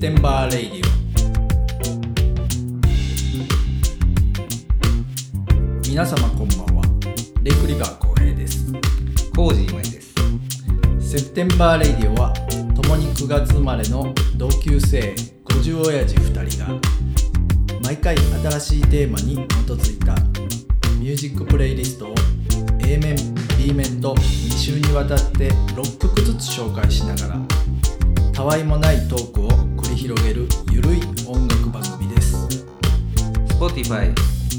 テンバーレイディオ皆様こんばんはレイクリバー浩平ですコージーまいです。セプテンバーレイディオは共に9月生まれの同級生50親父2人が毎回新しいテーマに基づいたミュージックプレイリストを A 面 B 面と2週にわたって6曲ずつ紹介しながらたわいもないトークを繰り広げるゆるい音楽番組です Spotify、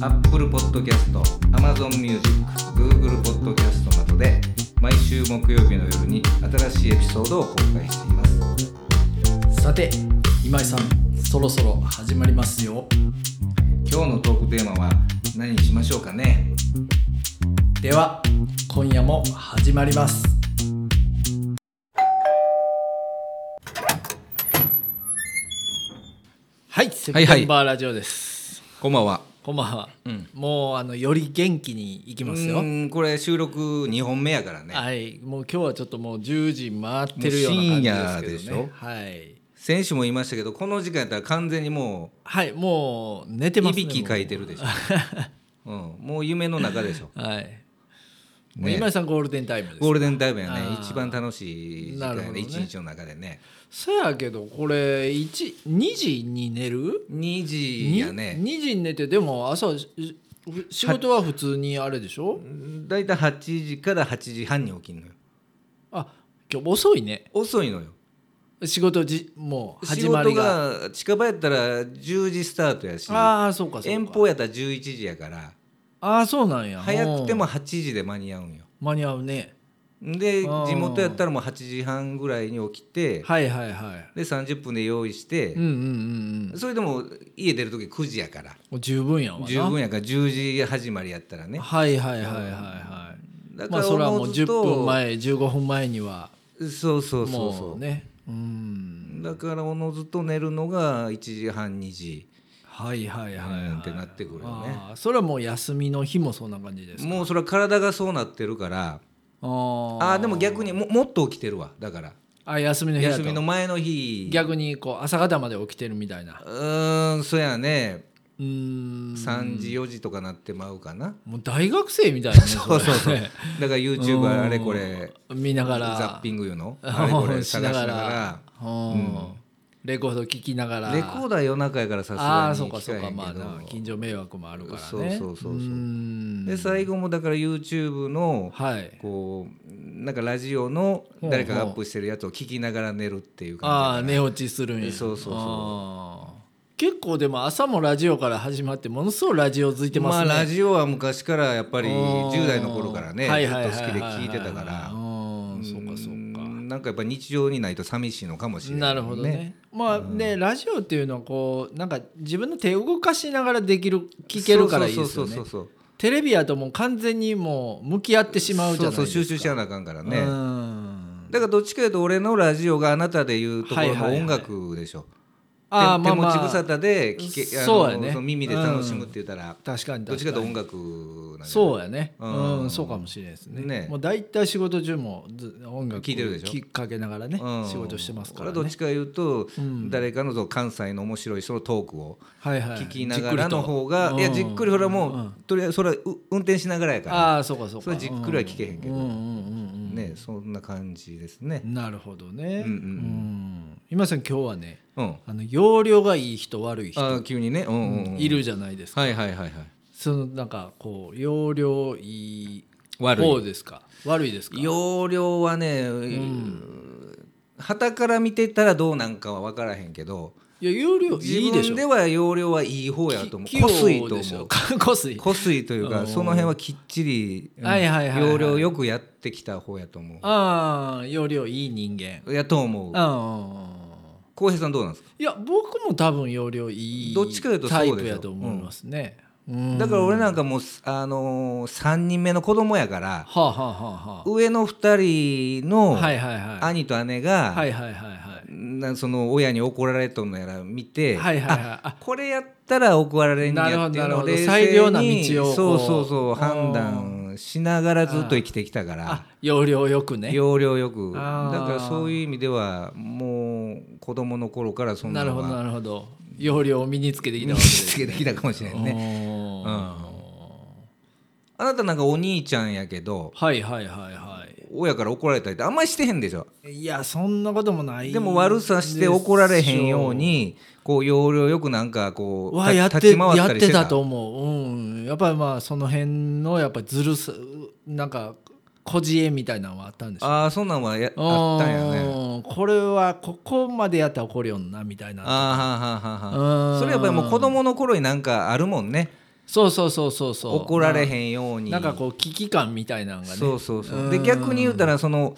Apple Podcast、Amazon Music、Google Podcast などで毎週木曜日の夜に新しいエピソードを公開しています。さて今井さんそろそろ始まりますよ今日のトークテーマは何にしましょうかねでは今夜も始まりますはい、セプテンバーラジオです、こんばんは。こんばんは、うんもうあのより元気にいきうますよーんこれ収録2本目やからね。はいもう今日はちょっともう10時回ってるような感じですけどもうねはい先週も言いましたけどこの時間やったら完全にもはいもう寝うていますねびきかいて るでしょ。うん、もう夢の中でしょ。もうはい、 もうね今井さんゴールデンタイムですゴールデンタイムやねあー一番楽しい時間なるやほどねね一日の中でねそやけどこれ1 2時に寝る2時やねに2時に寝てでも朝しふ仕事は普通にあれでしょだいたい8時から8時半に起きんのよあ今日遅いね遅いのよ仕事じもう仕始まり事がが近場やったら10時スタートやしああそうかそうか遠方やったら11時やからああそうなんや早くてもうん8時で間に合うんよ間に合うねでうん地元やったらもう8時半ぐらいに起きてはいはいはいで30分で用意してうんうんうんうんそれでも家出る時9時やからもう十分やわな十分やから10時始まりやったらねはいはいはいはいはいだかまあらそれはおものうず10と分前15分前にはそうそうそうそもううねうんだからおのずと寝るのが1時半2時はいはいはい、はい、うんってなってくるよねあーそれはもう休みの日もそんな感じですかもうそれは体がそうなってるからあーあーでも逆にももっと起きてるわだからあ休みの日だ休みのと前の日逆にこう朝方まで起きてるみたいなうーんそやねうーん3時4時とかなってまうかなもう大学生みたいな、ね、 そうそうそうれねだから YouTube あれこれ見ながらザッピングいうのあれこれ し探しななががららうんレコード聞きながらレコーダー夜中やからさすああーがそうにか聞そうかかへんまあけなど近所迷惑もあるからねそうそうそうそうーんで最後もだから YouTube のはいこうなんかラジオの誰かがアップしてるやつを聞きながら寝るっていうああ感じ寝落ちするんやそうそうそうあー結構でも朝もラジオから始まってものすごいラジオ付いてまますあね、ラジオは昔からやっぱりうん10代の頃からねずはいっとはいはい好はいきで聞いてたからうんそうかそうかんなんかやっぱ日常にないと寂しいのかもしれないなるほどねまあね、ラジオっていうのはこうなんか自分の手を動かしながらできる聞けるからいいですよねそうそうそうそうテレビやともう完全にもう向き合ってしまうじゃないですそうかそう集中しやなあかんからねうだんからどっちかというと俺のラジオがあなたでいうところの音楽でしょ手ああま手あま持ち無沙あ汰で聞けあのそうやねその耳で楽しむって言ったら確かにどっち確かとかいうとに音楽なんじゃないそうやねうん、うんそうかもしれないですねねもう大体仕事中もず音楽聞いてるでしょきかけながらね、うん仕事してますから、ね、俺はどっちかいうと、うん誰かのそう関西の面白いそのトークをはいはい聞きながらの方が、い、やじっくりほらもう、とりあえずそれはう運転しながらやから、ああーそうかそうかそれじっくりは聞けへんけどうんうんうんうん、ねそんな感じですねなるほどね、うんうんうんうん今井さん今日はねうん、あの容量がいい人悪い人ああ急にねうんうん、うん、いるじゃないですか、はいはいはいはいそのなんかこう容量いい悪い方ですか悪いですか容量はねはた、旗から見てたらどうなんかは分からへんけどいや容量い自いでしょ分では容量はいい方やと思きう濃水と器用でし思ょ うこすい濃水というかその辺はきっちり、うんはいはいはいはい容量よくやってきた方やと思ああ容量いい人間うやと思あうあ浩平さんどうなんですかいや僕も多分容量いいどっちかというとそうタでしイょプやと思いますね、うんだはから俺なんかもう、あのー、3人目の子供やからあ、はあはあは上の2人あ、のはいはいはい兄と姉はが、いはいはいはいなその親に怒られとんのやら見て、はいはいはいあこれやったら怒られんやっていなるほどなうのをるほど冷静に裁量な道をこうそうそうそう判う断んしながらずっと生きてきたからあ要領よくね要領よくだあーからそういう意味ではもう子供の頃からそんななるのほどがなるほど要領を身につけてきた身わにけですつけてきたかもしれ んね。おーあなたなんかお兄ちゃんやけどはいはいはいはい親から怒られたりってあんまりしてへんでしょいやそんなこともないでも悪さして怒られへんようにこう要領よくなんかこうはやって立ち回やっったりしててたたと思う、うん、やっぱりまあその辺のやっぱずるさなんかこじえみたいなのはあったんでしょああそんなんはやあったんやうねんこれはここまでやったら怒るよなみたいなあーはーはーはーはうーんそれやっぱりもう子供の頃になんかあるもんねそうそうそうそうそう怒られへんようになんかこう危機感みたいなのがねそうそうそううんで逆に言うたらその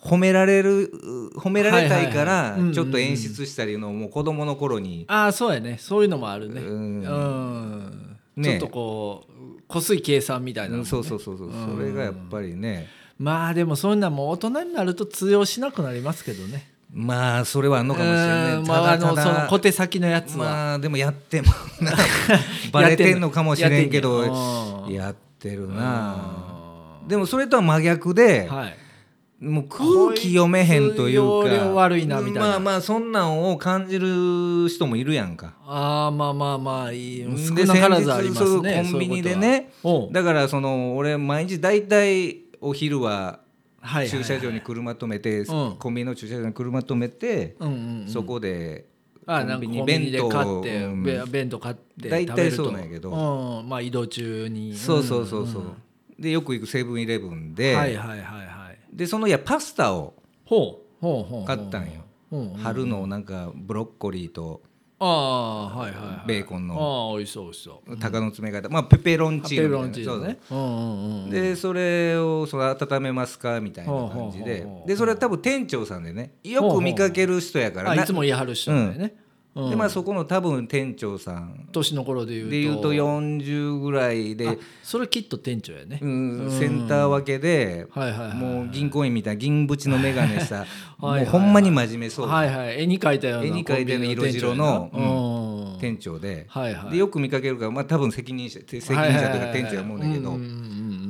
褒められるう褒められたはいかいはいはらいうんうんうんちょっと演出したりのをもう子供の頃にああそうやねそういうのもあるねううんん、ねちょっとこうこすい計算みたいなのもね、そうそうそうそうそれがやっぱりねまあでもそういうのはもう大人になると通用しなくなりますけどねまあそれはあんのかもしれなうんいまあ、あただのたそのだ小手先のやつは、まあでもやってもな バレてんのかもしれんけどやってんねやうんやってるなでもそれとは真逆ではいもう空気読めへんというこいつか要領悪いなみたいなまあまあそんなんを感じる人もいるやんかああまあまあまあいいで少なからずあります先ね日そうコンビニでそういうねことはおうだからその俺毎日大体お昼ははいはいはい駐車場に車止めて、うんコンビニの駐車場に車止めて、うんうんうんそこであなんかコンビニで買って、うんべ弁当買って大体食べるとそうなんやけどうんまあ移動中にそうそうそうそう、んんでよく行くセブンイレブンで、はいはいはいはいでそのいやパスタをほうほうほうほう買ったんよ、うんうん、春のなんかブロッコリーとああはいはい、はい、ベーコンのああ美味しそう美味しそう鷹の詰め方、まあペペロンチーペペロノみンたチいーなノねうんうんうんそうでそれをその温めますかみたいな感じほうほうでほうほうでそれは多分店長さんでねよく見かける人やからあないつも言い張る人だよね、うんでまあそこの多分店長さん年の頃で言うとで言うと40ぐらいで、それきっと店長やね、うん、センター分けで、はいはいはいもう銀行員みたいな銀縁の眼鏡したはいはいもうほんまに真面目そう、はいはい絵に描いたような絵に描いたような色白のコンビニの店店長で,、長やなうんはいはいでよく見かけるから、まあ、多分責任者責任者というか店長やもんだけど、はいはいはいはいうんう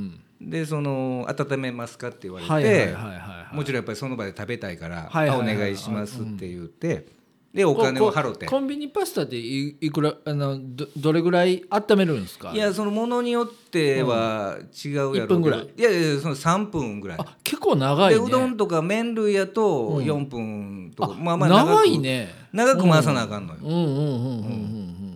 んでその温めますかって言わうんれうて、んはいはいはいはいもちろんやっぱりその場で食べたいから、はいはいはいあお願いしますって言って、でお金を払ってこコンビニパスタっていいくらあのどどれぐらい温めるんですかいやそのものによっては違うやろうけど一分ぐらいいやいやいやその3分ぐらいあ結構長いねでうどんとか麺類やと4分とか、まあまあ長く長いね長く回さなあかんのようんうんうんうんうんうん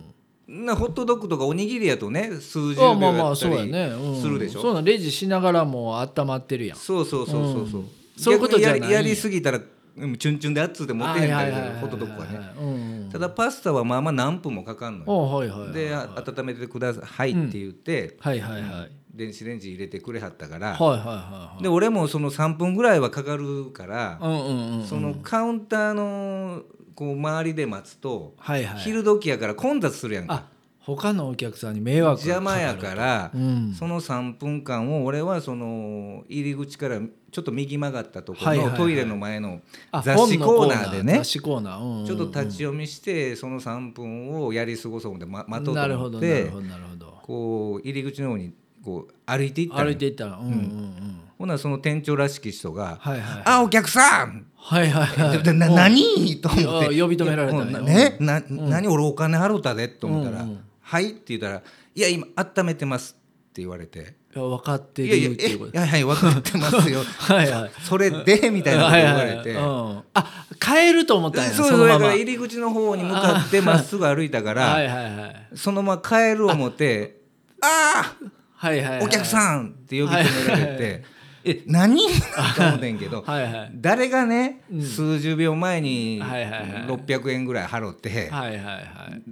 なホットドッグとかおにぎりやとね数十あ秒まあまやあったそうやりね、うん、するでしょ、そうなんレジしながらも温まってるやんそうそうそうそうそう、うんそういうことじゃない逆にやりやりすぎたらうんチュンチュンで熱って持ってへんかはいらはいはいはいホットドッグはねうんうんただパスタはまあまあ何分もかかんあのよはいはいはいであ温めてくださいはいって言って、はいはいはいはい電子レンジ入れてくれはったから、はいはいで俺もその3分ぐらいはかかるから、はいうんうんうんそのカウンターのこう周りで待つと、はいはい昼時やから混雑するやんかあ他のお客さんに迷惑が邪かか魔るやから、うんその3分間を俺はその入り口からちょっと右曲がったとこはいろはいのはいトイレの前のあ雑誌コーナーで本のコね雑誌コーナーうんうんちょっと立ち読みしてその3分をやり過ごそう思ってま待とうとなる思ほっどなるてほどなるほどこう入り口の方にこう歩いていったの歩いていったらうんうんうんほなその店長らしき人がはいはい「あお客さん!はいはいはい で」でな何と思っていや呼び止められたねいやねな何俺お金払うたでと思ったらうんう「はい」って言ったら「いや今温めてます」って言われて。いや分かっていやいやるっていうことえはいはい分かってますよ はいはいそれでみたいなこと言はいはわれて、いはいうんあ変えると思ったんやそうそそうのだまかまらはい入り口の方に向かってまっすぐ歩いたから、はいはいそのまま帰る思 って「あはいはいはあいーお客さん!」って呼び止められて「え何?」 と思ってんけど、はいはい誰がね、数十秒前にはいはいはい600円ぐらい払って。はいはいはい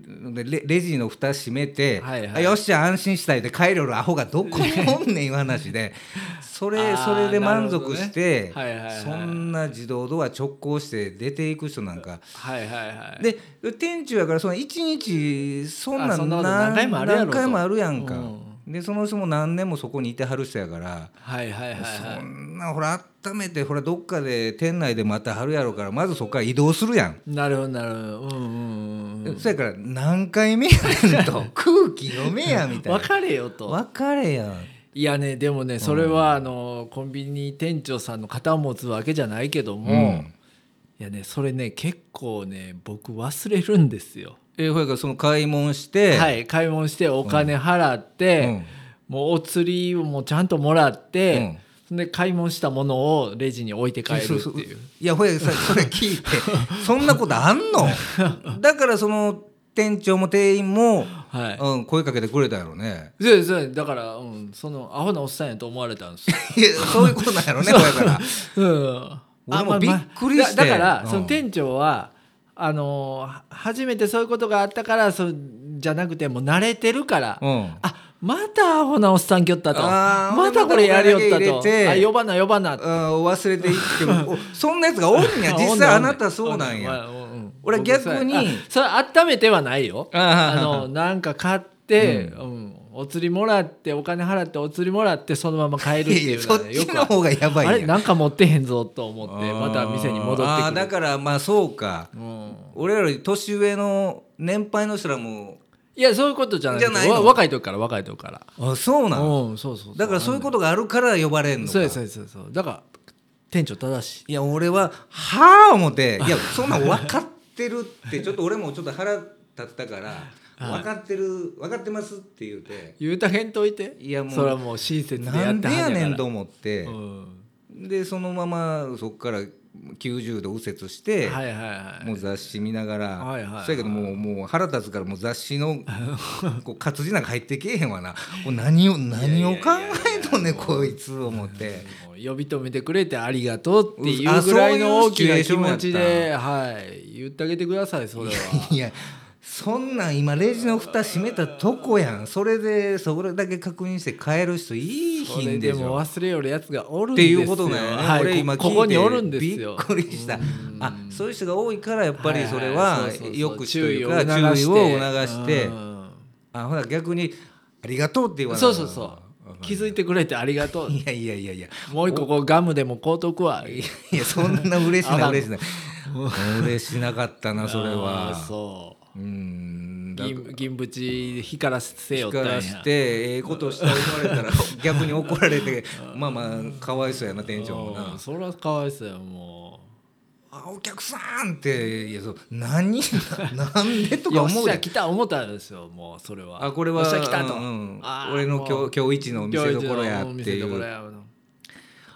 でレレジの蓋閉めて、はいはいあよっしゃ安心したいって帰るアホがどこ におんねんいう話でそれあーそれで満足して、なるほどねはいはいはいそんな自動ドア直行して出ていく人なんか。はいはいはいで店長やからその1日そんあなそんんな何こと何回もあるやろと何回もあるやんか、でその人も何年もそこにいてはる人やから、はいはいはいはいそんなほら温めてほらどっかで店内でまたはるやろからまずそこから移動するやん、なるほどなるほどうんうんうんそやから 何回目やねんと空気読めやみたいな分かれよと分かれやんいやねでもねそれはあのコンビニ店長さんの肩を持つわけじゃないけども、うんいやねそれね結構ね僕忘れるんですよ。えほやからその買い物して、はい買い物してお金払って、うんもうお釣りもちゃんともらって、うんそんで買い物したものをレジに置いて帰るっていう。そうそういやほやさそれ聞いて そんなことあんのだからその店長も店員も、はいうん、声かけてくれたやろねそうですそうですだから、うん、そのアホなおっさんやと思われたんです よ。 いやそういうことなんやろねほやからうん、俺もあまあびっくりしてだだから、うんその店長はあのー初めてそういうことがあったからそうじゃなくてもう慣れてるから、 うんあまたアホなおっさんきょったとあーまたこれやりよったまたとこれだけ入れてあ呼ばな呼ばなってあー忘れていいけ どおそんなやつがおるんや実際あなたそうなんやおんねんおんねんおんねん俺僕そうや逆にあそれ温めてはない よああーのなんか買って、うんお釣りもらってお金払ってお釣りもらってそのまま帰るっていやいいやうそのっがねちあの方がやばいあやんれなんか持ってへんぞと思ってあーまた店に戻ってあくーるだからまあそうかうん俺らより年上の年配の人らもいやそういうことじゃないじゃないのわ若い時から若い時からあそうなのうんそうそうそうだからそういうことがあるから呼ばれんのかそうですそうですそうですそうだから店長正しいいや俺は「はあ」思 って「いやそんなん分かってる」って ちょっと俺もちょっと腹立ったから「分かってる分かってます」って言うて言うたへんといていやもうそれはもう親切でやってなはんんでややねんかと思ってらうんでそのままそっから90度右折してはいはいはいもう雑誌見ながら、はいはいはいそやけどもうもう腹立つからもう雑誌 のこう活字なんか入ってけえへんわなもう何を何を考えとんねんこいつ思ってもう呼び止めてくれてありがとうっていあうそういうぐらいの大きな気持シチちュエで、はい、言ってあげてくださいそれは。いやそんなん今レジの蓋閉めたとこやんそれでそれだけ確認して帰る人いいそひれんででしょも忘れよるやつがおるんっでてすいよ。うことなんやね、はい俺今聞いこてここにおるんですびっよ。くりしたあそういう人が多いからやっぱりそれいははいそうそうそう抑止というか注意を促注し意てを促してうんあほら逆に「ありがとう」って言わないそうそうそう。気づいてくれてありがとう。いやいやいやいやもう一個こうガムでも買うとくわ。いやそんな嬉しあかなん嬉しない嬉しなかったなそれあはーそうう。んだ銀銀縁光らせよったかんやらしてええことした言 われたら逆に怒られてまあまあかわいそうやな店長もうなんそれはかわいそうやもう。 「あお客さん」っていやそう何 なんでといやおかっ思うしゃやん来た思ったんですよもうそれはあこれはおっしゃ来たと、うんうんあー俺のもう今日今日一の見せ所やっていう今日一の見せ所や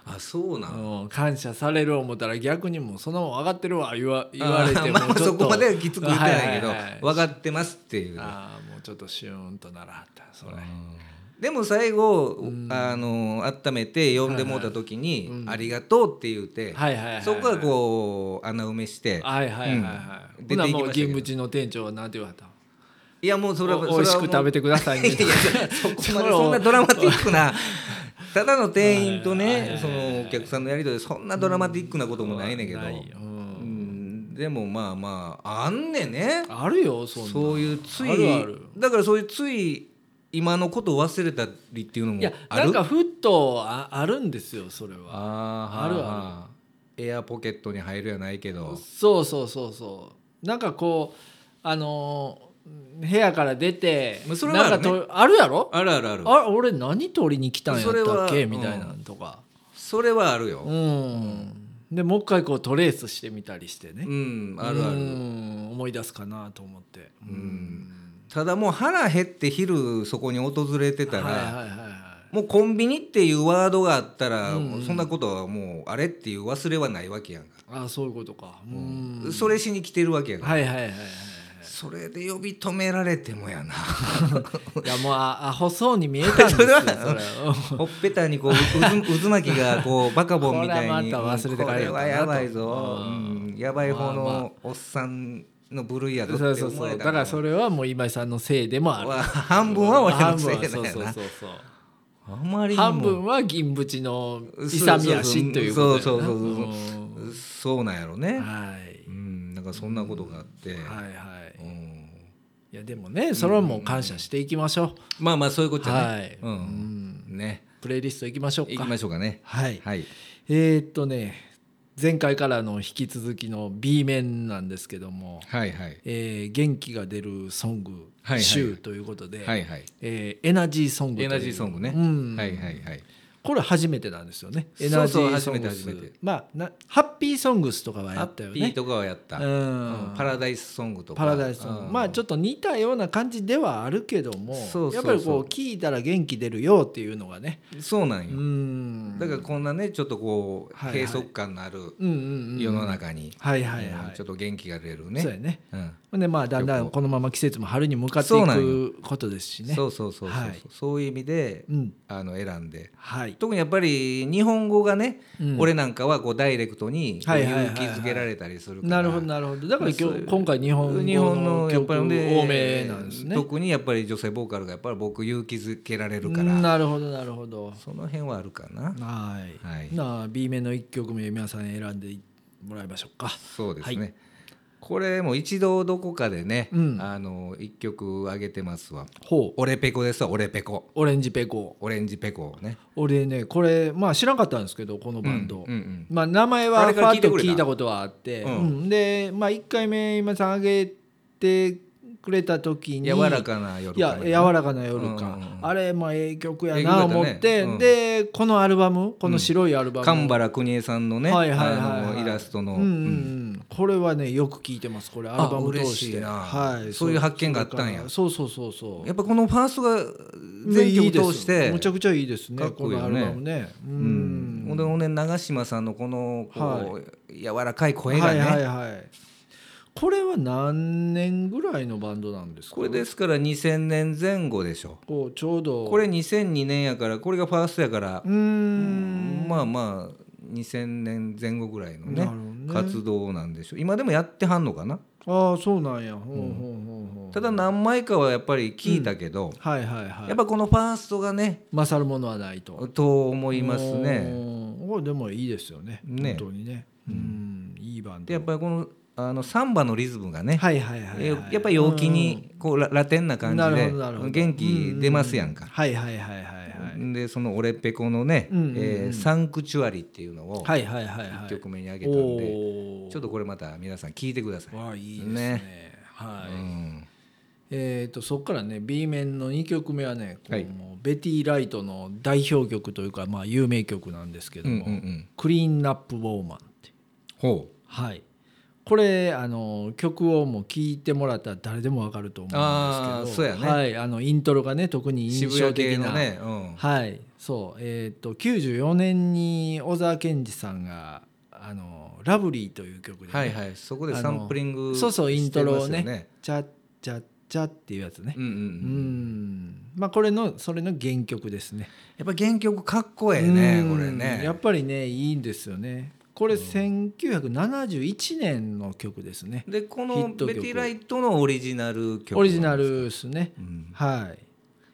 あそうなのうん感謝される思ったら逆にもうそのまま上がってるわ言わ言われてもあまあまあちょっとそこまではきつく言ってないけどはははい分かってますっていうあーもうちょっとシューンとならはったそれ、でも最後あの温めて呼んでもうた時に「ありがとう」って言うてはいはいはいはいそこはこう穴埋めしてはいはいはいはい、うんほなもう出ていきましたけ銀どムチの店長はなんて言われたいやもうそれはおそれは美味しもくう食べてくださいねいやいやそこ まそでれをそんなドラマティッ クなただの店員とはいはいはいはねいそのお客さんのやり取りでそんなドラマティックなこともないねんけどないようんうんでもまあまああんねんねあるよそんなそういうついあるあるだからそういうつい今のことを忘れたりっていうのもいやあるなんかふっとああるんですよそれはあーあるあるはーエアポケットに入るやないけどそうそうそうそうなんかこうあのー部屋から出てまあそれはなあんるねかとあるやろあるあるあるあ俺何取りに来たんやっそれたっはけうんみたいなのとかそれはあるうよんでもう一回こうトレースしてみたりしてねうんあるあうるん思い出すかなと思ってうんただもう腹減って昼そこに訪れてたはいはいらはいはいもうコンビニっていうワードがあったら、うんうんそんなことはもうあれっていう忘れはないわけやんか、あそういうことかうんそれしに来てるわけやから、はいはいはいはいはいそれで呼び止められても やないやもうあアホそうに見えたんですよそ それれははほっぺたにこう渦渦巻きがこうバカボンみたいこにれはまた忘れてうんかこれれるかなとはやばいぞ、ううんやばい方まあまあのおっさんの部類やぞそうってそう思そえうだたからそれはもう今井さんのせいでもあるわ半分は俺のせいだ半分はよそうなそうそうあまそりうにも半分は銀縁の勇み足ということだよなそうそうそううんそうなんやろね、はいうんなんかそんなことがあって、はいはいうんいやでもねそれはもう感謝していきましょまあまあそういうことうじゃない、はい、ううんんねプレイリストいきましょう行かきましょうかねはいはいえーっとね前回からの引き続きの B 面なんですけども、はいはいえー元気が出るソングはいはい集ということで、はいはいえーエナジーソングといエうナジーソングね、うんはいはいはいこれ初めてなんですよねそうエそうナジーソング初めて初めてまあなハッピーソングスとかはやハったよッねピーとかはやった、うんうんパラダイスソングとかパラダイスの、まあちょっっと似たような感じではあるけどもそうそうそうやっぱりこう聞いたら元気出るよっていうのがねとそうなんうよ、んだからこんなねちょっとこう、はいはい閉塞感のあるうんうんうん世の中に、はいはいはい、うんちょっと元気が出るそうやねねうんほんでまあだんだんこのまま季節も春に向かってそういなんくことですしねそうそうそうそう、はいそういう意味で、うんあの選んではい、特にやっぱり日本語がね、うん俺なんかはこうダイレクトにこうはいはいはいはい勇気づけられたりするからなるほどなるほどだからそう今日今回日本日本のやっぱり曲ね多めなんですね特にやっぱり女性ボーカルがやっぱり僕勇気づけられるかうんらなるほどなるほどその辺はあるかなはい、はいなあ B 面の一曲目皆さん選んでもらいましょうかそうですね、はこれも一度どこかでね、うんあの一曲上げてますわほう俺ペコですわ俺ペコオレンジペコオレンジペコね俺ねこれまあ知らなかったんですけどこのバンド、うんうんまあ、名前はあれフかァら聞いッてとくれた聞いたことはあって、うんうんで、まあ、1回目今さんあげてくれた時うんに柔らかな夜いやかな柔らかな夜うか、んうんうんあれまあええ曲やええ曲なやったね思って、うんでこのアルバムこの白いアルバム、神原邦江さんのね、はいはいはいはいあのイラストの、うんうんうんこれはねよく聞いてますこれアルバム通あ嬉ししいてなはい、そういう発見があったんやそうそうそうそうやっぱこのファーストが全いいです曲通してむちゃくちゃいいですねかっこいいよこねのアルバムねううん、ほんでほんで長嶋さんのこのこう、柔らかい声がはね、いはいはいこれは何年ぐらいのバンドなんですかこれですから2000年前後でしょこうちょうどこれ2002年やからこれがファーストやからうーんまあまあ2000年前後ぐらいのなねるほどね活動なんでしょう今でもやってはんのかな、ああそうなんやほうほうほうほうただ何枚かはやっぱり聞いたけど、はいはいはいやっぱこのファーストがね勝るものはないとと思いますねうんこれでもいいですよねね本当にねうんいいバンドでやっぱりこのあのサンバのリズムがね、はいはいはいはいえーやっぱり陽気にこうララテンな感なじるでほどなるほど元気出ますやんうんか。はいはいはいはいはいでその「俺ペコ」のねうんうんうんえーサンクチュアリ」っていうのをはいはいはいは1い曲目に挙げたんでおおちょっとこれまた皆さん聞いてください。わあいいですねはいうんえー、とそこからね B 面の2曲目はね、こうはいもうベティ・ライトの代表曲というか、まあ、有名曲なんですけうどんうも「んうんクリーンナップ・ウォーマン」って、ほうはい、これあの曲をもう聴いてもらったら誰でもわかると思うんですけどあーそうやねはい、あのイントロがね特に印渋象谷的系な、のね、うんはいそうえー、と94年に小沢健二さんがあの「ラブリー」という曲でね、はいはいそこでサンプリングそうそうイントロをしてますよね「チャッチャッチャ」っていうやつねうんうんううんんまあこれのそれの原曲ですね。やっぱ原曲かっこええねうんこれねやっぱりねいいんですよね。これ1971年の曲ですね。でこヒのットベ曲ティ・ライトのオリジナル曲オリジナルですね。うんはい。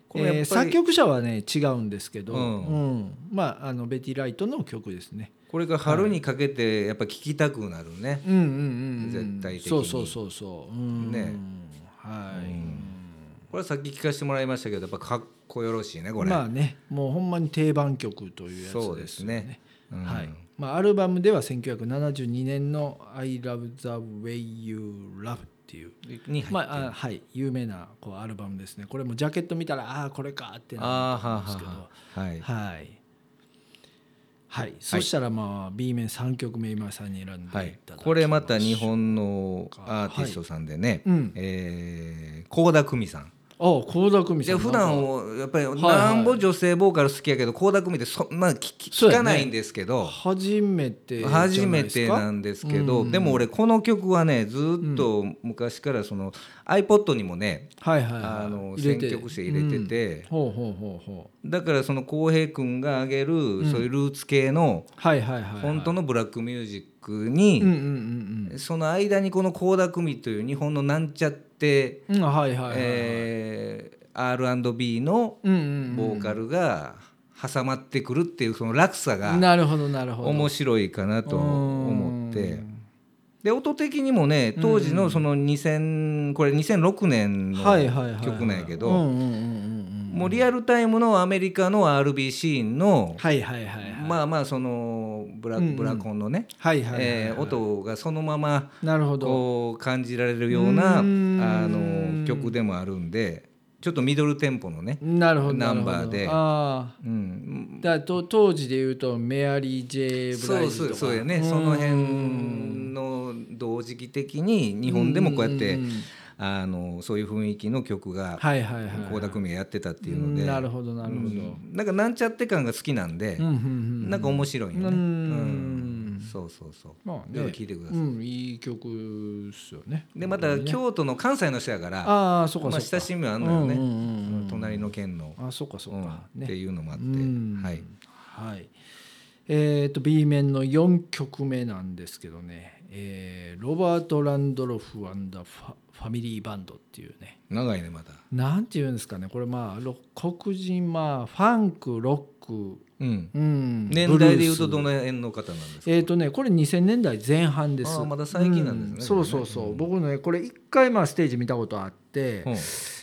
これやっぱりえー作曲者はね違うんですけど、ううんんまああのベティ・ライトの曲ですね。これが春にかけてやっぱ聴きたくなるね、うんうんうんうん。絶対的にそうそうそうそう。うんねはい。うんこれはさっき聞かせてもらいましたけどやっぱかっこよろしいねこれ、まあねもうほんまに定番曲というやつですよそうですねうんはいまあ、アルバムでは1972年の「I love the way you love」っていう、に入ってるまああはい、有名なこうアルバムですねこれもジャケット見たらああーこれかってなあーはるんですけどは、あはいいははいそしたらまあ B 面3曲目今井さんに選んでいたはだいきましょうこれまた日本のアーティストさんでね、うんえー倖田久美さんああ倖田久美さじゃんあ普段なんかをやっぱりいなんぼ女性ボーカル好きやけど倖田久美ってそんな聞きそう聞やかねないんですけど初めてじゃないです初かめてなんですけどうんでも俺この曲はねずーっと昔からその iPod にもねはいはいはい、あの入れ選て曲して入れててほうほうほうほうだからその浩平君が挙げるんそういうルーツ系のはいはいはい、はい、本当のブラックミュージックうんうにんうんその間にこの倖田來未という日本のなんちゃってうんうんはいはいはい、えー R&B のうんうんうんボーカルが挟まってくるっていうその落差がなるほどなるほど面白いかなと思って。で音的にもね当時のその2000これ2006年のはいはいはいはい曲なんやけうんうどんうんうんうんもうリアルタイムのアメリカの RB シーンのはいはいはいはいまあまあそのブラ,、うんうんブラコンのね、はいはいはいはい、えー音がそのままなるほどこう感じられるよううなあーんの曲でもあるんでちょっとミドルテンポのね、なるほどなるほどナンバーでああうん、だからと当時で言うとメアリー・ジェイ・ブそライうズそとうかそうやねその辺の同時期的に日日本でもこうやってあのそういう雰囲気の曲がはいはいはい倖田來未がやってたっていうので、んなるほどなるほど、うんなんかなんちゃって感が好きなんで、うんうんうんなんか面白いよね、うんそうそうそうまあちょっねと聞いてください、うんいい曲っすよねでまた京都の関西の人やから、ああそうかまあ、そう親かしみはあんのよね、うんうんうんうん隣の県の、あそうかそうかうんってねいうのもあって、うんはい、はいえーと B 面の4曲目なんですけどねえーロバート・ランドロフファファミリーバンドっていうね長いねまた、なんていうんですかねこれまあロ黒人まあファンクロックうん、うん年代でいうとどの辺の方なんですか、えーとね、これ2000年代前半ですあーまだ最近なんですうねこそれねうそうそう、うん僕ねこれ一回まあステージ見たことあって、うん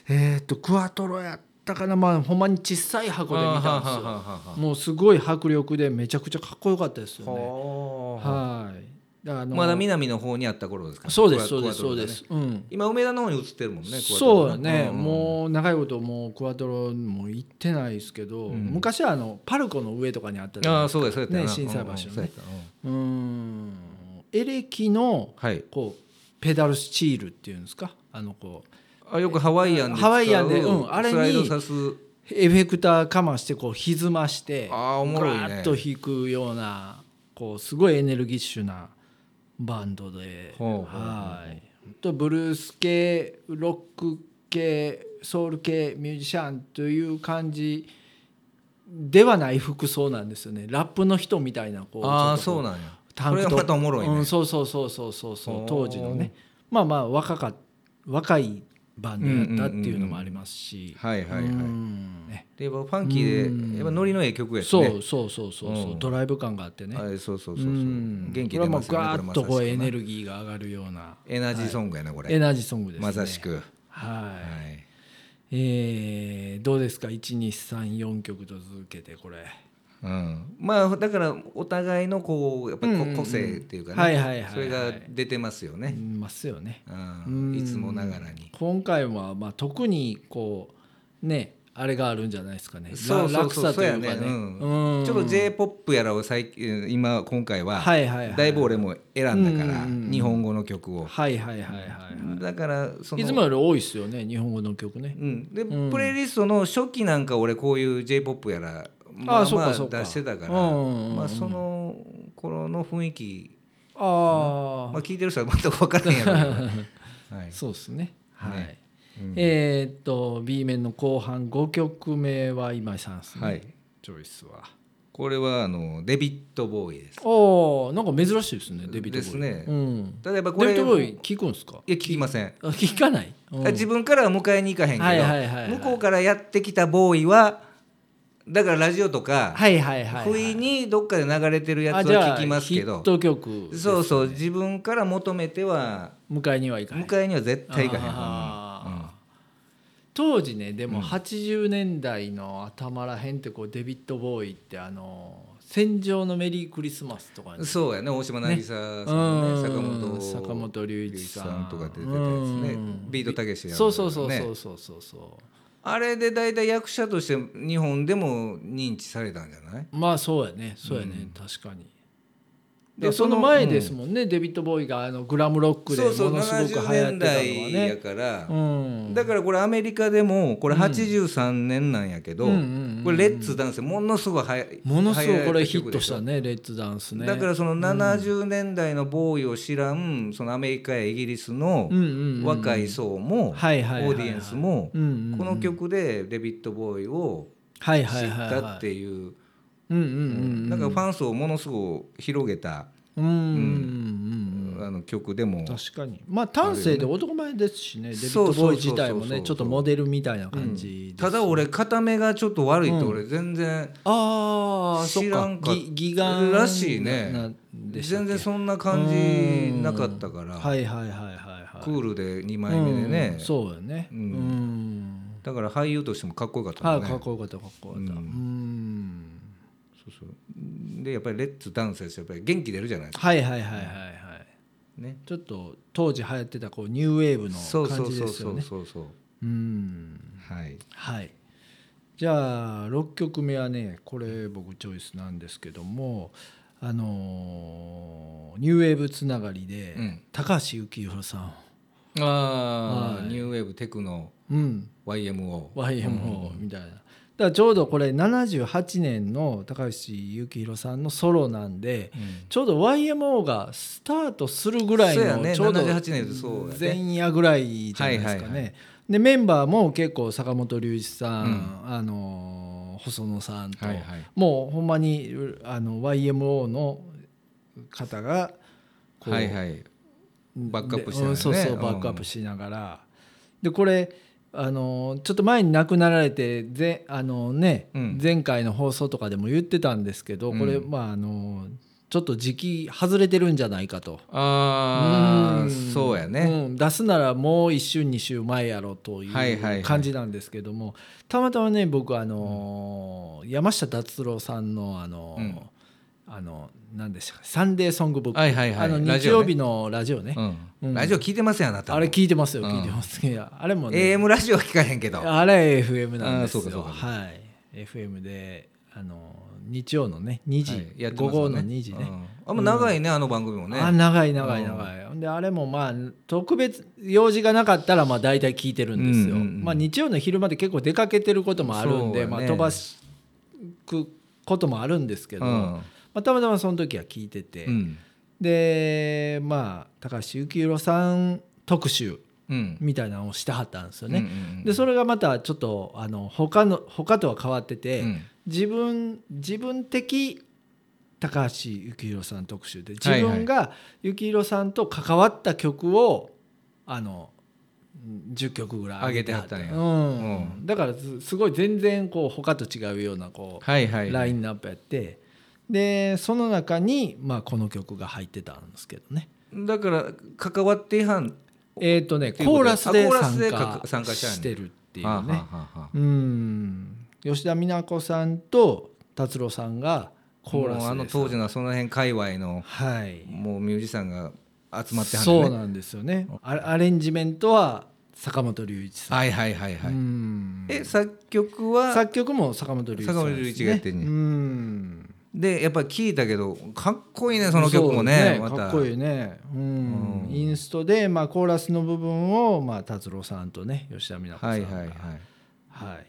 えっ、とクワトロやったかなまあほんまに小さい箱で見たんですあーはあはあはよあはあもうすごい迫力でめちゃくちゃかっこよかったですよねはあはいだからあのまだ南の方にあった頃ですかそうですクそうワですそうでクワトロがねす、うん今梅田の方に移ってるもんねクワトロそうだね、んんもう長いこともうクワトロも行ってないですけど、うん昔はあのパルコの上とかにあったじゃないあであすかそうですそうやったなね心斎橋のねうんうんそうやったうんうーんエレキのはいこうペダルスチールっていうんですかあのこうあよくハワイアンで使うハワイアンでうんあれにスライドさすエフェクターかましてこう歪ましてあーおもろいねガーッと弾くようなこうすごいエネルギッシュなバンドでほうほうほうはいとブルース系ロック系ソウル系ミュージシャンという感じではない服装なんですよねラップの人みたいなこうああちょっとこそううなんやタンこクれトがップまたおもろいねうん、そうそうそうそうそうそおうー当時のねまあまあ若か若いバンドやったっていうのもありますし、はいはいはいうんねでやっぱファンキーうんでやっぱノリのええ曲やしそねうそうそうそうそううんドライブ感があってねはいそうそうそうそううん元気出ますこよれねはもうガーッとここうれエまさネしくなルギーが上がるようなエナジーソングやなこエれナジーソングですねまさしくははい、いえーどうですか1234曲と続けてこれうんまあだからお互いのこうやっぱりこ個性っていうかはいはいはいねはいそれが出てますよねますよねううんんいつもながらに今回はまあ特にこうねあれがあるんじゃないですかねそうそうそうら落差というかそうやねうんうんちょっと j p o p やらを最近今今回ははいはいはいだいぶ俺も選んだかうらんうんうん日本語の曲をはいはいはいはいはだからそいのいつもより多いですよね日本語の曲ねうん、で、うんプレイリストの初期なんか俺こういう j p o p やらまあそうまかあそうか出してたからうんうんうんまあ、その頃の雰囲気、あまあ、聞いてる人は全く分からへんやろう けど、はあいそうですねはい、ねうんえーっと B 面の後半5曲目は今井さんですね、はい、チョイスはこれはあのデビッド・ボーイです。おなんか珍しいですねデビッドボーイですねうん、例えばこデビれッドボーイ聞くんですかいや聞きません。あ聞かない、うんあ自分からは迎えに行かへんけど、はいはいはいはい向こうからやってきたボーイはだからラジオとか、はいはいはい、はい、不意にどっかで流れてるやあつじゃはあ聞きますけどヒット曲ですそうそう自分から求めては迎えには行かない迎えには絶対行かへん、あー当時ねでも80年代の頭らへんってこうデビッド・ボーイってあの「戦場のメリークリスマス」とかうんねそうやね大島渚さんねうん坂本坂本龍一さんとか出てたやつうねんビートたけしやるそうそうそうねそうそうそうそあれで大体役者として日本でも認知されたんじゃないうまあそうやねそうやね、確かにででその前うんですもんね、デビッド・ボーイがあのグラムロックでものすごく流行ってたのは70年代やねから、うんだからこれアメリカでもこれ83年なんやけど、うんうんうんうんこれ「レッツダンス」ものすごいはやものすごいこれ流ヒ行ッった曲トでしょたねレッツダンスねだからその70年代のボーイを知らんそのアメリカやイギリスのうんうんうん若い層もオーはいはいはいはいディエンスもうこんうんうんの曲でデビッド・ボーイをはい知はいっはい、たはっい、ていううんうんうんなんかファン層をものすごく広げたうんうんうんあの曲でもうん確かにまあ端正で男前ですしねデビッそド・うそうボーイそうそう自体もねちょっとモデルみたいな感じです、ただ俺片目がちょっと悪いって俺全然ああそっ知らんかかっぎ義眼らしいねなんでしたっけ全然そんな感じなかったからはいはいはいはいはいクールで2枚目でうねんそうよねううんんだから俳優としてもかっこよかったあもあんねかっこよかったかっこよかったううんんそうそうでやっぱりレッツダンスですやっぱり元気出るじゃないですかはいはいはいはいはいねちょっと当時流行ってたこうニューウェーブそうのそ感うじそでうすそようねそうそううんはいはいじゃあ6曲目はねこれ僕チョイスなんですけどもあのーニューウェーブつながりで、うん高橋幸宏さん、ああ、はいニューウェーブテクノうん YMO YMO みたいな、だからちょうどこれ78年の高橋幸宏さんのソロなんでうんちょうど YMO がスタートするぐらいそうやの、ねちょうど78年でそうやね前夜ぐらいじゃないですかね。はいはいはでメンバーも結構坂本龍一さん、うあのー細野さんと、はいはいもうほんまにうあの YMO の方がこうはいはいバックアップしてでうんんただよねそうそううんバックアップしながら、でこれあのちょっと前に亡くなられてぜあの、ねうん前回の放送とかでも言ってたんですけどこれ、うんまああのちょっと時期外れてるんじゃないかと。ああんそうやねうん出すならもう1週2週前やろとはいはいはいいう感じなんですけども、たまたまね僕あのー山下達郎さんのあのー、うんあの何でしたか「サンデーソングブック」はいはいはあいのラ日ジオ曜ね日のラジオねううんんラジオ聞いてますよあなたあれ聞いてますよ、うん聞いてますいやあれもね、 AM ラジオは聞かへんけどあれ FM なんですあーそうかそようかはい FM であの日曜のね2時、はいやって午ます後よのね2時ね、うんあんま長いねあの番組もねあ長い長い長い、ほん、であれもまあ特別用事がなかったらまあ大体聞いてるんですよ、うんうんうんまあ、日曜の昼まで結構出かけてることもあるんで、そうまだあ、ね飛ばすこともあるんですけど、うまんあ、たまたまその時は聞いてて、うんでまあ高橋幸宏さん特集うんみたいなのをしてはったんですようね、んでそれがまたちょっとあの他の他とは変わってて、うん自分自分的高橋幸宏さん特集で自はいはい分が幸宏さんと関わった曲をあのうん10曲ぐらい上げてうはんうだからすすごい全然こう他と違うようなこう、はいはいラインナップやってでその中に、まあ、この曲が入ってたんですけどねだから関わっていはんえっ、とねっていうこコーとでラスであコーラスで参加か参加ししたんてやるっていうはあはね。あはあはあうん吉田美奈子さんと達郎さんがコーラスでもうあの当時のその辺界隈のはいもうミュージシャンが集まってはんだそうねなんですよねあアレンジメントは坂本龍一さん,、はいはいはいはい、うんえ作曲は作曲も坂本龍一さんです、ね、坂本龍一がやってんねんうんでやっぱり聴いたけどかっこいいねその曲もそうねですまたかっこいいね、うんうんインストで、まあ、コーラスの部分を、まあ、達郎さんとね吉田美奈子はさんいがはいはいはい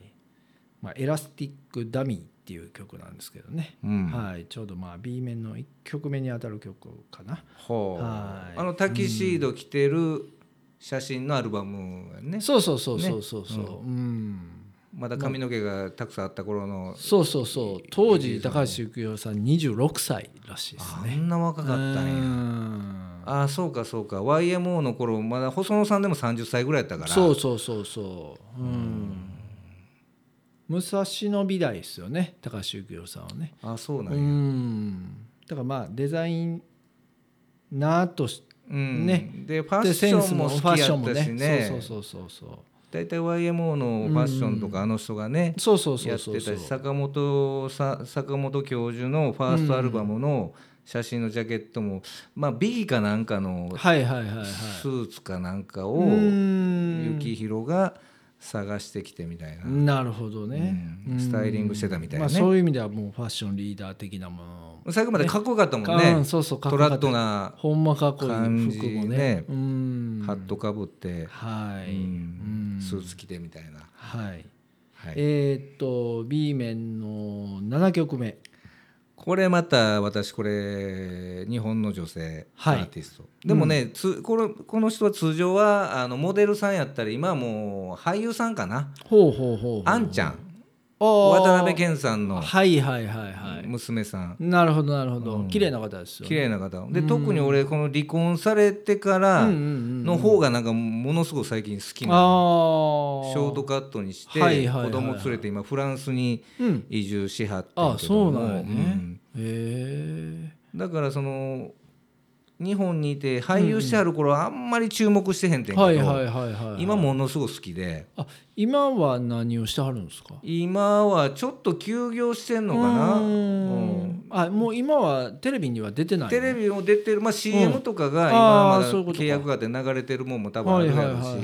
まあ、エラスティック・ダミーっていう曲なんですけどね、うんはい、ちょうどまあ B 面の1曲目にあたる曲かな、ほうはいあのタキシード着てる写真のアルバムやねそうそうそうそうそうそう、ねうんまだ髪の毛がたくさんあった頃のそうそうそう当時高橋幸宏さん26歳らしいですあねんな若かったんやんああそうかそうか YMO の頃まだ細野さんでも30歳ぐらいやったからそうそうそうそううん武蔵野美大ですよね高橋幸宏さんはねああそうなうんやんだからまあデザインなーとしうんねでファッでシセンスョンももフ好ァッきシやョンもったねしねそうそうそうそう大体 YMO のファッションとかあの人がねそうそうそやうってそうたそうし坂本さ坂本教授のファーストアルバムの写真のジャケットもまあビギかなんかのはいはいはいはいスーツかなんかうをん幸宏が探してきてみたいななるほどね、うんスタイリングしてたみたいなねまあ、そういう意味ではもうファッションリーダー的なも最後までかっこよかったのもかんねうんそうそうかっトこよかラッったドなほんまかっこいい感じ服もねねうんハットかぶってはい、うんうんスーツ着てみたいなはいはいえーっと B 面の7曲目これまた私これ日本の女性アはいーティストでもねつこれこの人は通常はあのモデルさんやったり今はもう俳優さんかなほうほうほうほうあんちゃんあー渡辺謙さんのはいはいはいはい、娘さんなるほどなるほど、うん綺麗な方ですよ綺ね麗な方で特に俺この離婚されてからうんうんうんの方がなんかものすごく最近好きあなーショートカットにしてはいはいはいはい子供連れて今フランスにうん移住しはってんけどあもそうなんやねうんへえだからその日本にいて俳優してある頃はあんまり注目してへんてんけど、はいはいはいはい今ものすごく好きであ今は何をしてはるんですか今はちょっと休業してんのかな、うーんうんあもう今はテレビには出てないのテレビも出てる、まあ、う CM んとかがあ今まーだそういうことか契約があって流れてるもんも多分あはいるはやいはいろし、はいう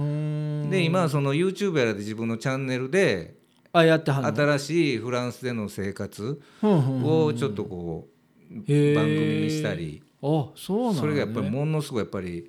ーんで今はその YouTube やらで自分のチャンネルであやってはるの新しいフランスでの生活うんうんうんをちょっとこうへー番組にしたりあそうなんだねそれがやっぱりものすごいやっぱり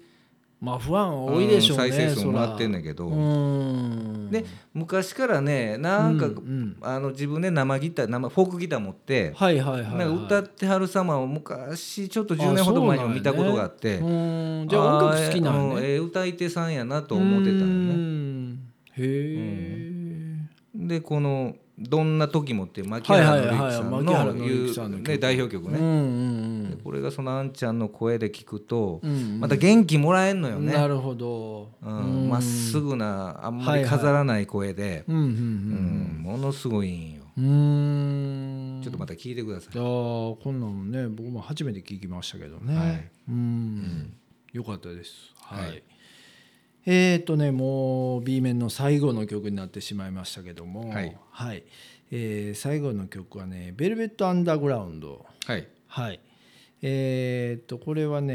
まあ不安多いでしょうねうん再生数そもららってんだけどうーんで昔からねなんかうんうんあの自分で生ギター生フォークギター持ってはいはいはい、はい、なんか歌ってはる様を昔ちょっと10年ほど前にも見たことがあっうてーんじゃあ音楽好きなあーのうねんええ歌い手さんやなと思ってたのうーねんへえ、でこの「どんな時も」っていう牧原はいはいはい牧原紀敬之之ささんんののいう曲ね代表曲うんうねでんこれがそのあんちゃんの声で聞くとうんうんまた元気もらえんのよねなるほどうんまっすぐなあんまり飾らない声でうんうんうんものすごいいいんようんうんうーんちょっとまた聞いてくださいあーこんなのね僕も初めて聞きましたけどね、はいうん、よかったですはい、はいえー、っとねもう B 面の最後の曲になってしまいましたけどもはい、えー最後の曲はね「ベルベット・アンダーグラウンドはい」はいえー、っとこれはね、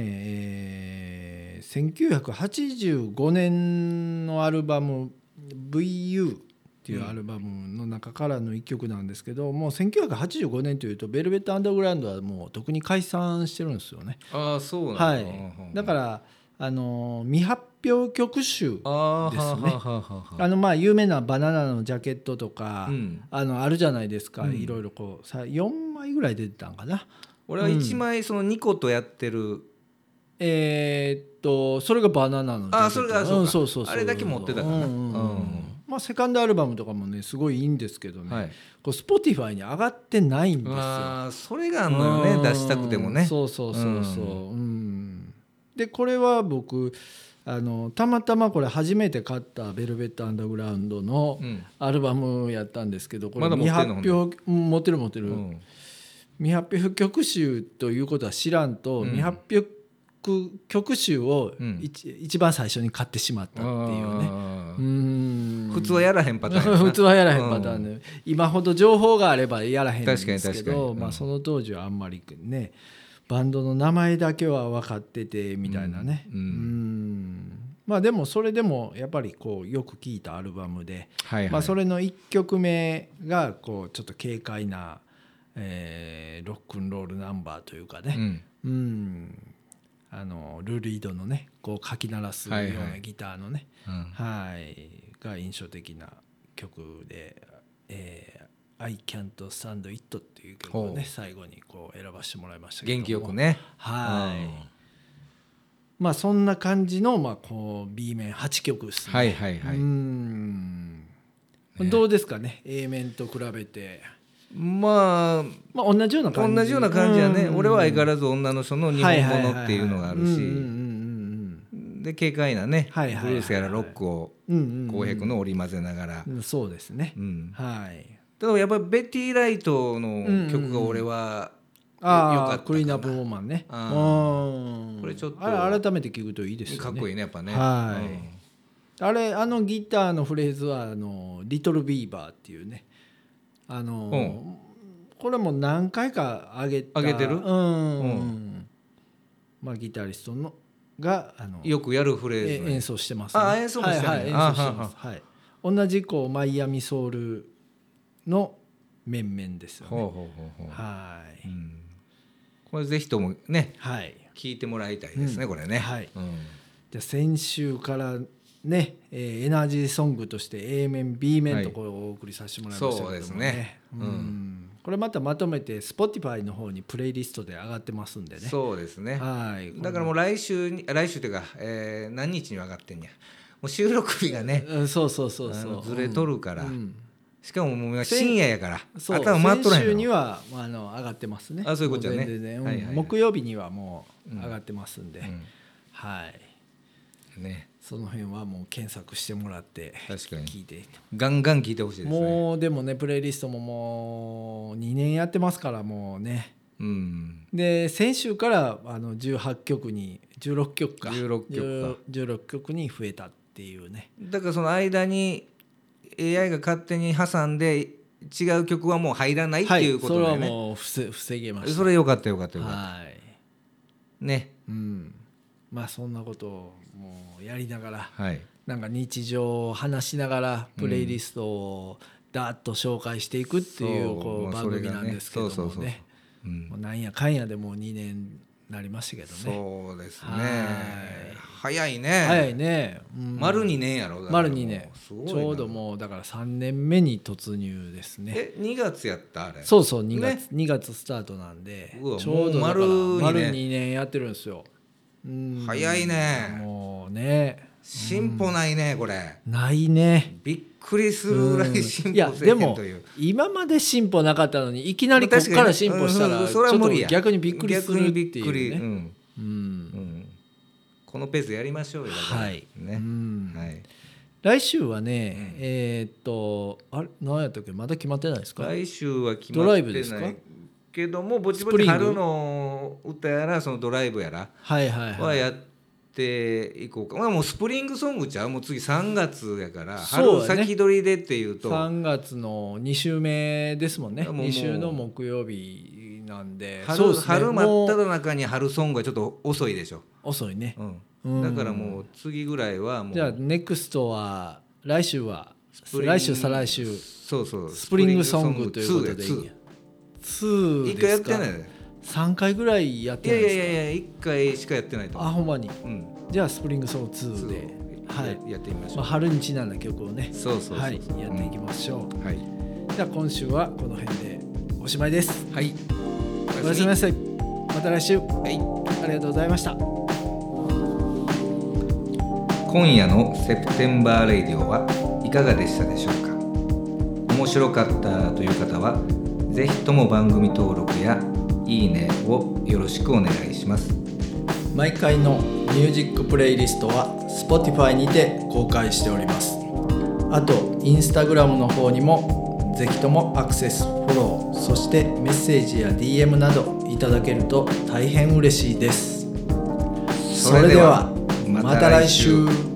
えー1985年のアルバム「VU」っていうアルバムの中からの一曲なんですけど、もう1985年というとベルベット・アンダーグラウンドはもう特に解散してるんですよね。ああそうなんだはうんうんい、だからあの未発表曲集ああーですねはあはあはあはあのまあ有名な「バナナのジャケット」とか、うんあのあるじゃないですか、うんいろいろこうさ4枚ぐらい出てたんかな。俺は一枚その2個とやってるえーっとそれがバナナのジャケットあそれがそうかんそうそうそうあれだけ持ってたからうんなうんうんうんまあセカンドアルバムとかもねすごいいいんですけどね、はいこう Spotify に上がってないんですよあーそれがあんのようんね出したくてもねそうそうそうそううん、でこれは僕あのたまたまこれ初めて買った「ベルベット・アンダーグラウンド」のうんアルバムやったんですけどこれまだ持未って発んの表うん持ってる持ってる、うん未発表曲集ということは知らんと、うん未発表曲集をうん一,、一番最初に買ってしまったっていうねあうーん普通はやらへんパターンや な普通はやらへんパターンで、今ほど情報があればやらへんんですけど確かに確かにうんまあ、その当時はあんまりねバンドの名前だけは分かっててみたいなね、うんうんんまあでもそれでもやっぱりこうよく聴いたアルバムで、はいはいまあ、それの1曲目がこうちょっと軽快な、えーロックンロールナンバーというかね、うんうんあのルーリードのねこうかき鳴らすよはいうはないギターのね、うんはい、が印象的な曲で「えー I Can't Stand It」っていう曲をほうね最後にこう選ばせてもらいましたけども元気よくねはいまあそんな感じの、まあ、こう B 面8曲ですうんね、はいはいはうーいんねどうですかね A 面と比べて、まあまあ、同じような感じ同じような感じやねうん俺は相変わらず女の人の日本ものっていうのがあるはいはいはいはいうんしうんで軽快なねブはいはいはいはいルースやらロックをうんうんうんうん浩平君の織り交ぜながらうんそうですね、うんはいただやっぱりベティ・ライトの曲が俺はああよかったクリーンアップウォーマンねあうんこれちょっとあれ改めて聞くといいですよねかっこいいねやっぱねはいうんあれあのギターのフレーズはあのリトルビーバーっていうねあの、うんこれも何回か上げた上げてうるん、うまあギタリストのがあのよくやるフレーズえね演奏してます、あ演奏もしてんねはいはい、演奏してますはい同じこうマイアミソウルの面々ですよほうねほうほうほうはい、うんこれぜひともねはい聞いてもらいたいですね、うこれね、はいうんじゃあ先週からね、えーエナジーソングとして A 面 B 面とこれをお送りさせてもらいましたけども、ねそうですねううんんこれまたまとめて Spotify の方にプレイリストで上がってますんでねそうですねはいだからもう来週にあ来週というか、えー何日に上がってんやもう収録日がねうんそうそうそうあそのうずれとるから、うんしかももう深夜やからそう頭回っとら先週へんにのは、まあ、あの上がってますねあそういうことやねも全然うんはいはいはい木曜日にはもう上がってますんで、はいねその辺はもう検索してもらって確かに聞いていたガンガン聞いてほしいですねもうでもねプレイリストももう2年やってますからもうねうんで先週からあの18曲に16曲か16曲か16曲に増えたっていうねだからその間に AI が勝手に挟んで違う曲はもう入らないっていうことそれだはよね、もう防防げましそれよかったよかったたよかっはいたねうんまあそんなことをもうやりながらはいなんか日常を話しながらプレイリストをだーっと紹介していくっていうそうこうまあ番それ組がねなんですけどそうもそうそうねうんもうなんやかんやでもう2年なりましたけどねそうですねはい早いね、早いね、うん丸2年やろだから丸2年もうすごいなちょうどもうだから3年目に突入ですねえ2月やったあれそうそう2月、二月スタートなんでうわちょうどだからもう丸丸二年2年やってるんですよ、うん早いねもうね進歩ないねこれないねびっくりするぐらうんい進いや歩せえでへんもという今まで進歩なかったのにいきなりこ確っにから進歩したうんらうんちそれはょっ無と理や逆にびっくりするって逆にびっいうくりねんうんうんこのペースでやりましょうよだからはいねうんはい来週はね、うんえーっとあれ何やったっけまだ決まってないですか来週は決ドまっライてブですなかいけどもぼちぼスプリちング春の歌やらそのドライブやらはいはいははいやっていこうか、まあ、もうスプリングソングちゃうもう次3月やからそう春やね先取りでっていうと3月の2週目ですもんねもうもう2週の木曜日なんでそうで春,、すね春真っもう只中に春ソングはちょっと遅いでしょ、遅いね、うんうんだからもう次ぐらいはもうじゃあネクストは来週はプリン来週再来週そうそうスプリングソングということでいいん2やや2 1回でやっすてないか3回ぐらいやっいてなやいでいやすいかやいや一回しかやってないとあ思ほんまにう、うん、じゃあスプリングソング2 2でをはい、ややってみましょまあ、う、春にちなんだ曲をねそうそうそうそうはいやっていきましょうんはいうじゃあ今週はこの辺でおしまいですはいおやすみなさいまた来週はいありがとうございました今夜のセプテンバーレイディオはいかがでしたでしょうか面白かったという方はぜひとも番組登録やいいねをよろしくお願いします毎回のミュージックプレイリストは Spotify にて公開しておりますあと Instagram の方にもぜひともアクセスフォローそしてメッセージや DM などいただけると大変嬉しいですそれではまた来週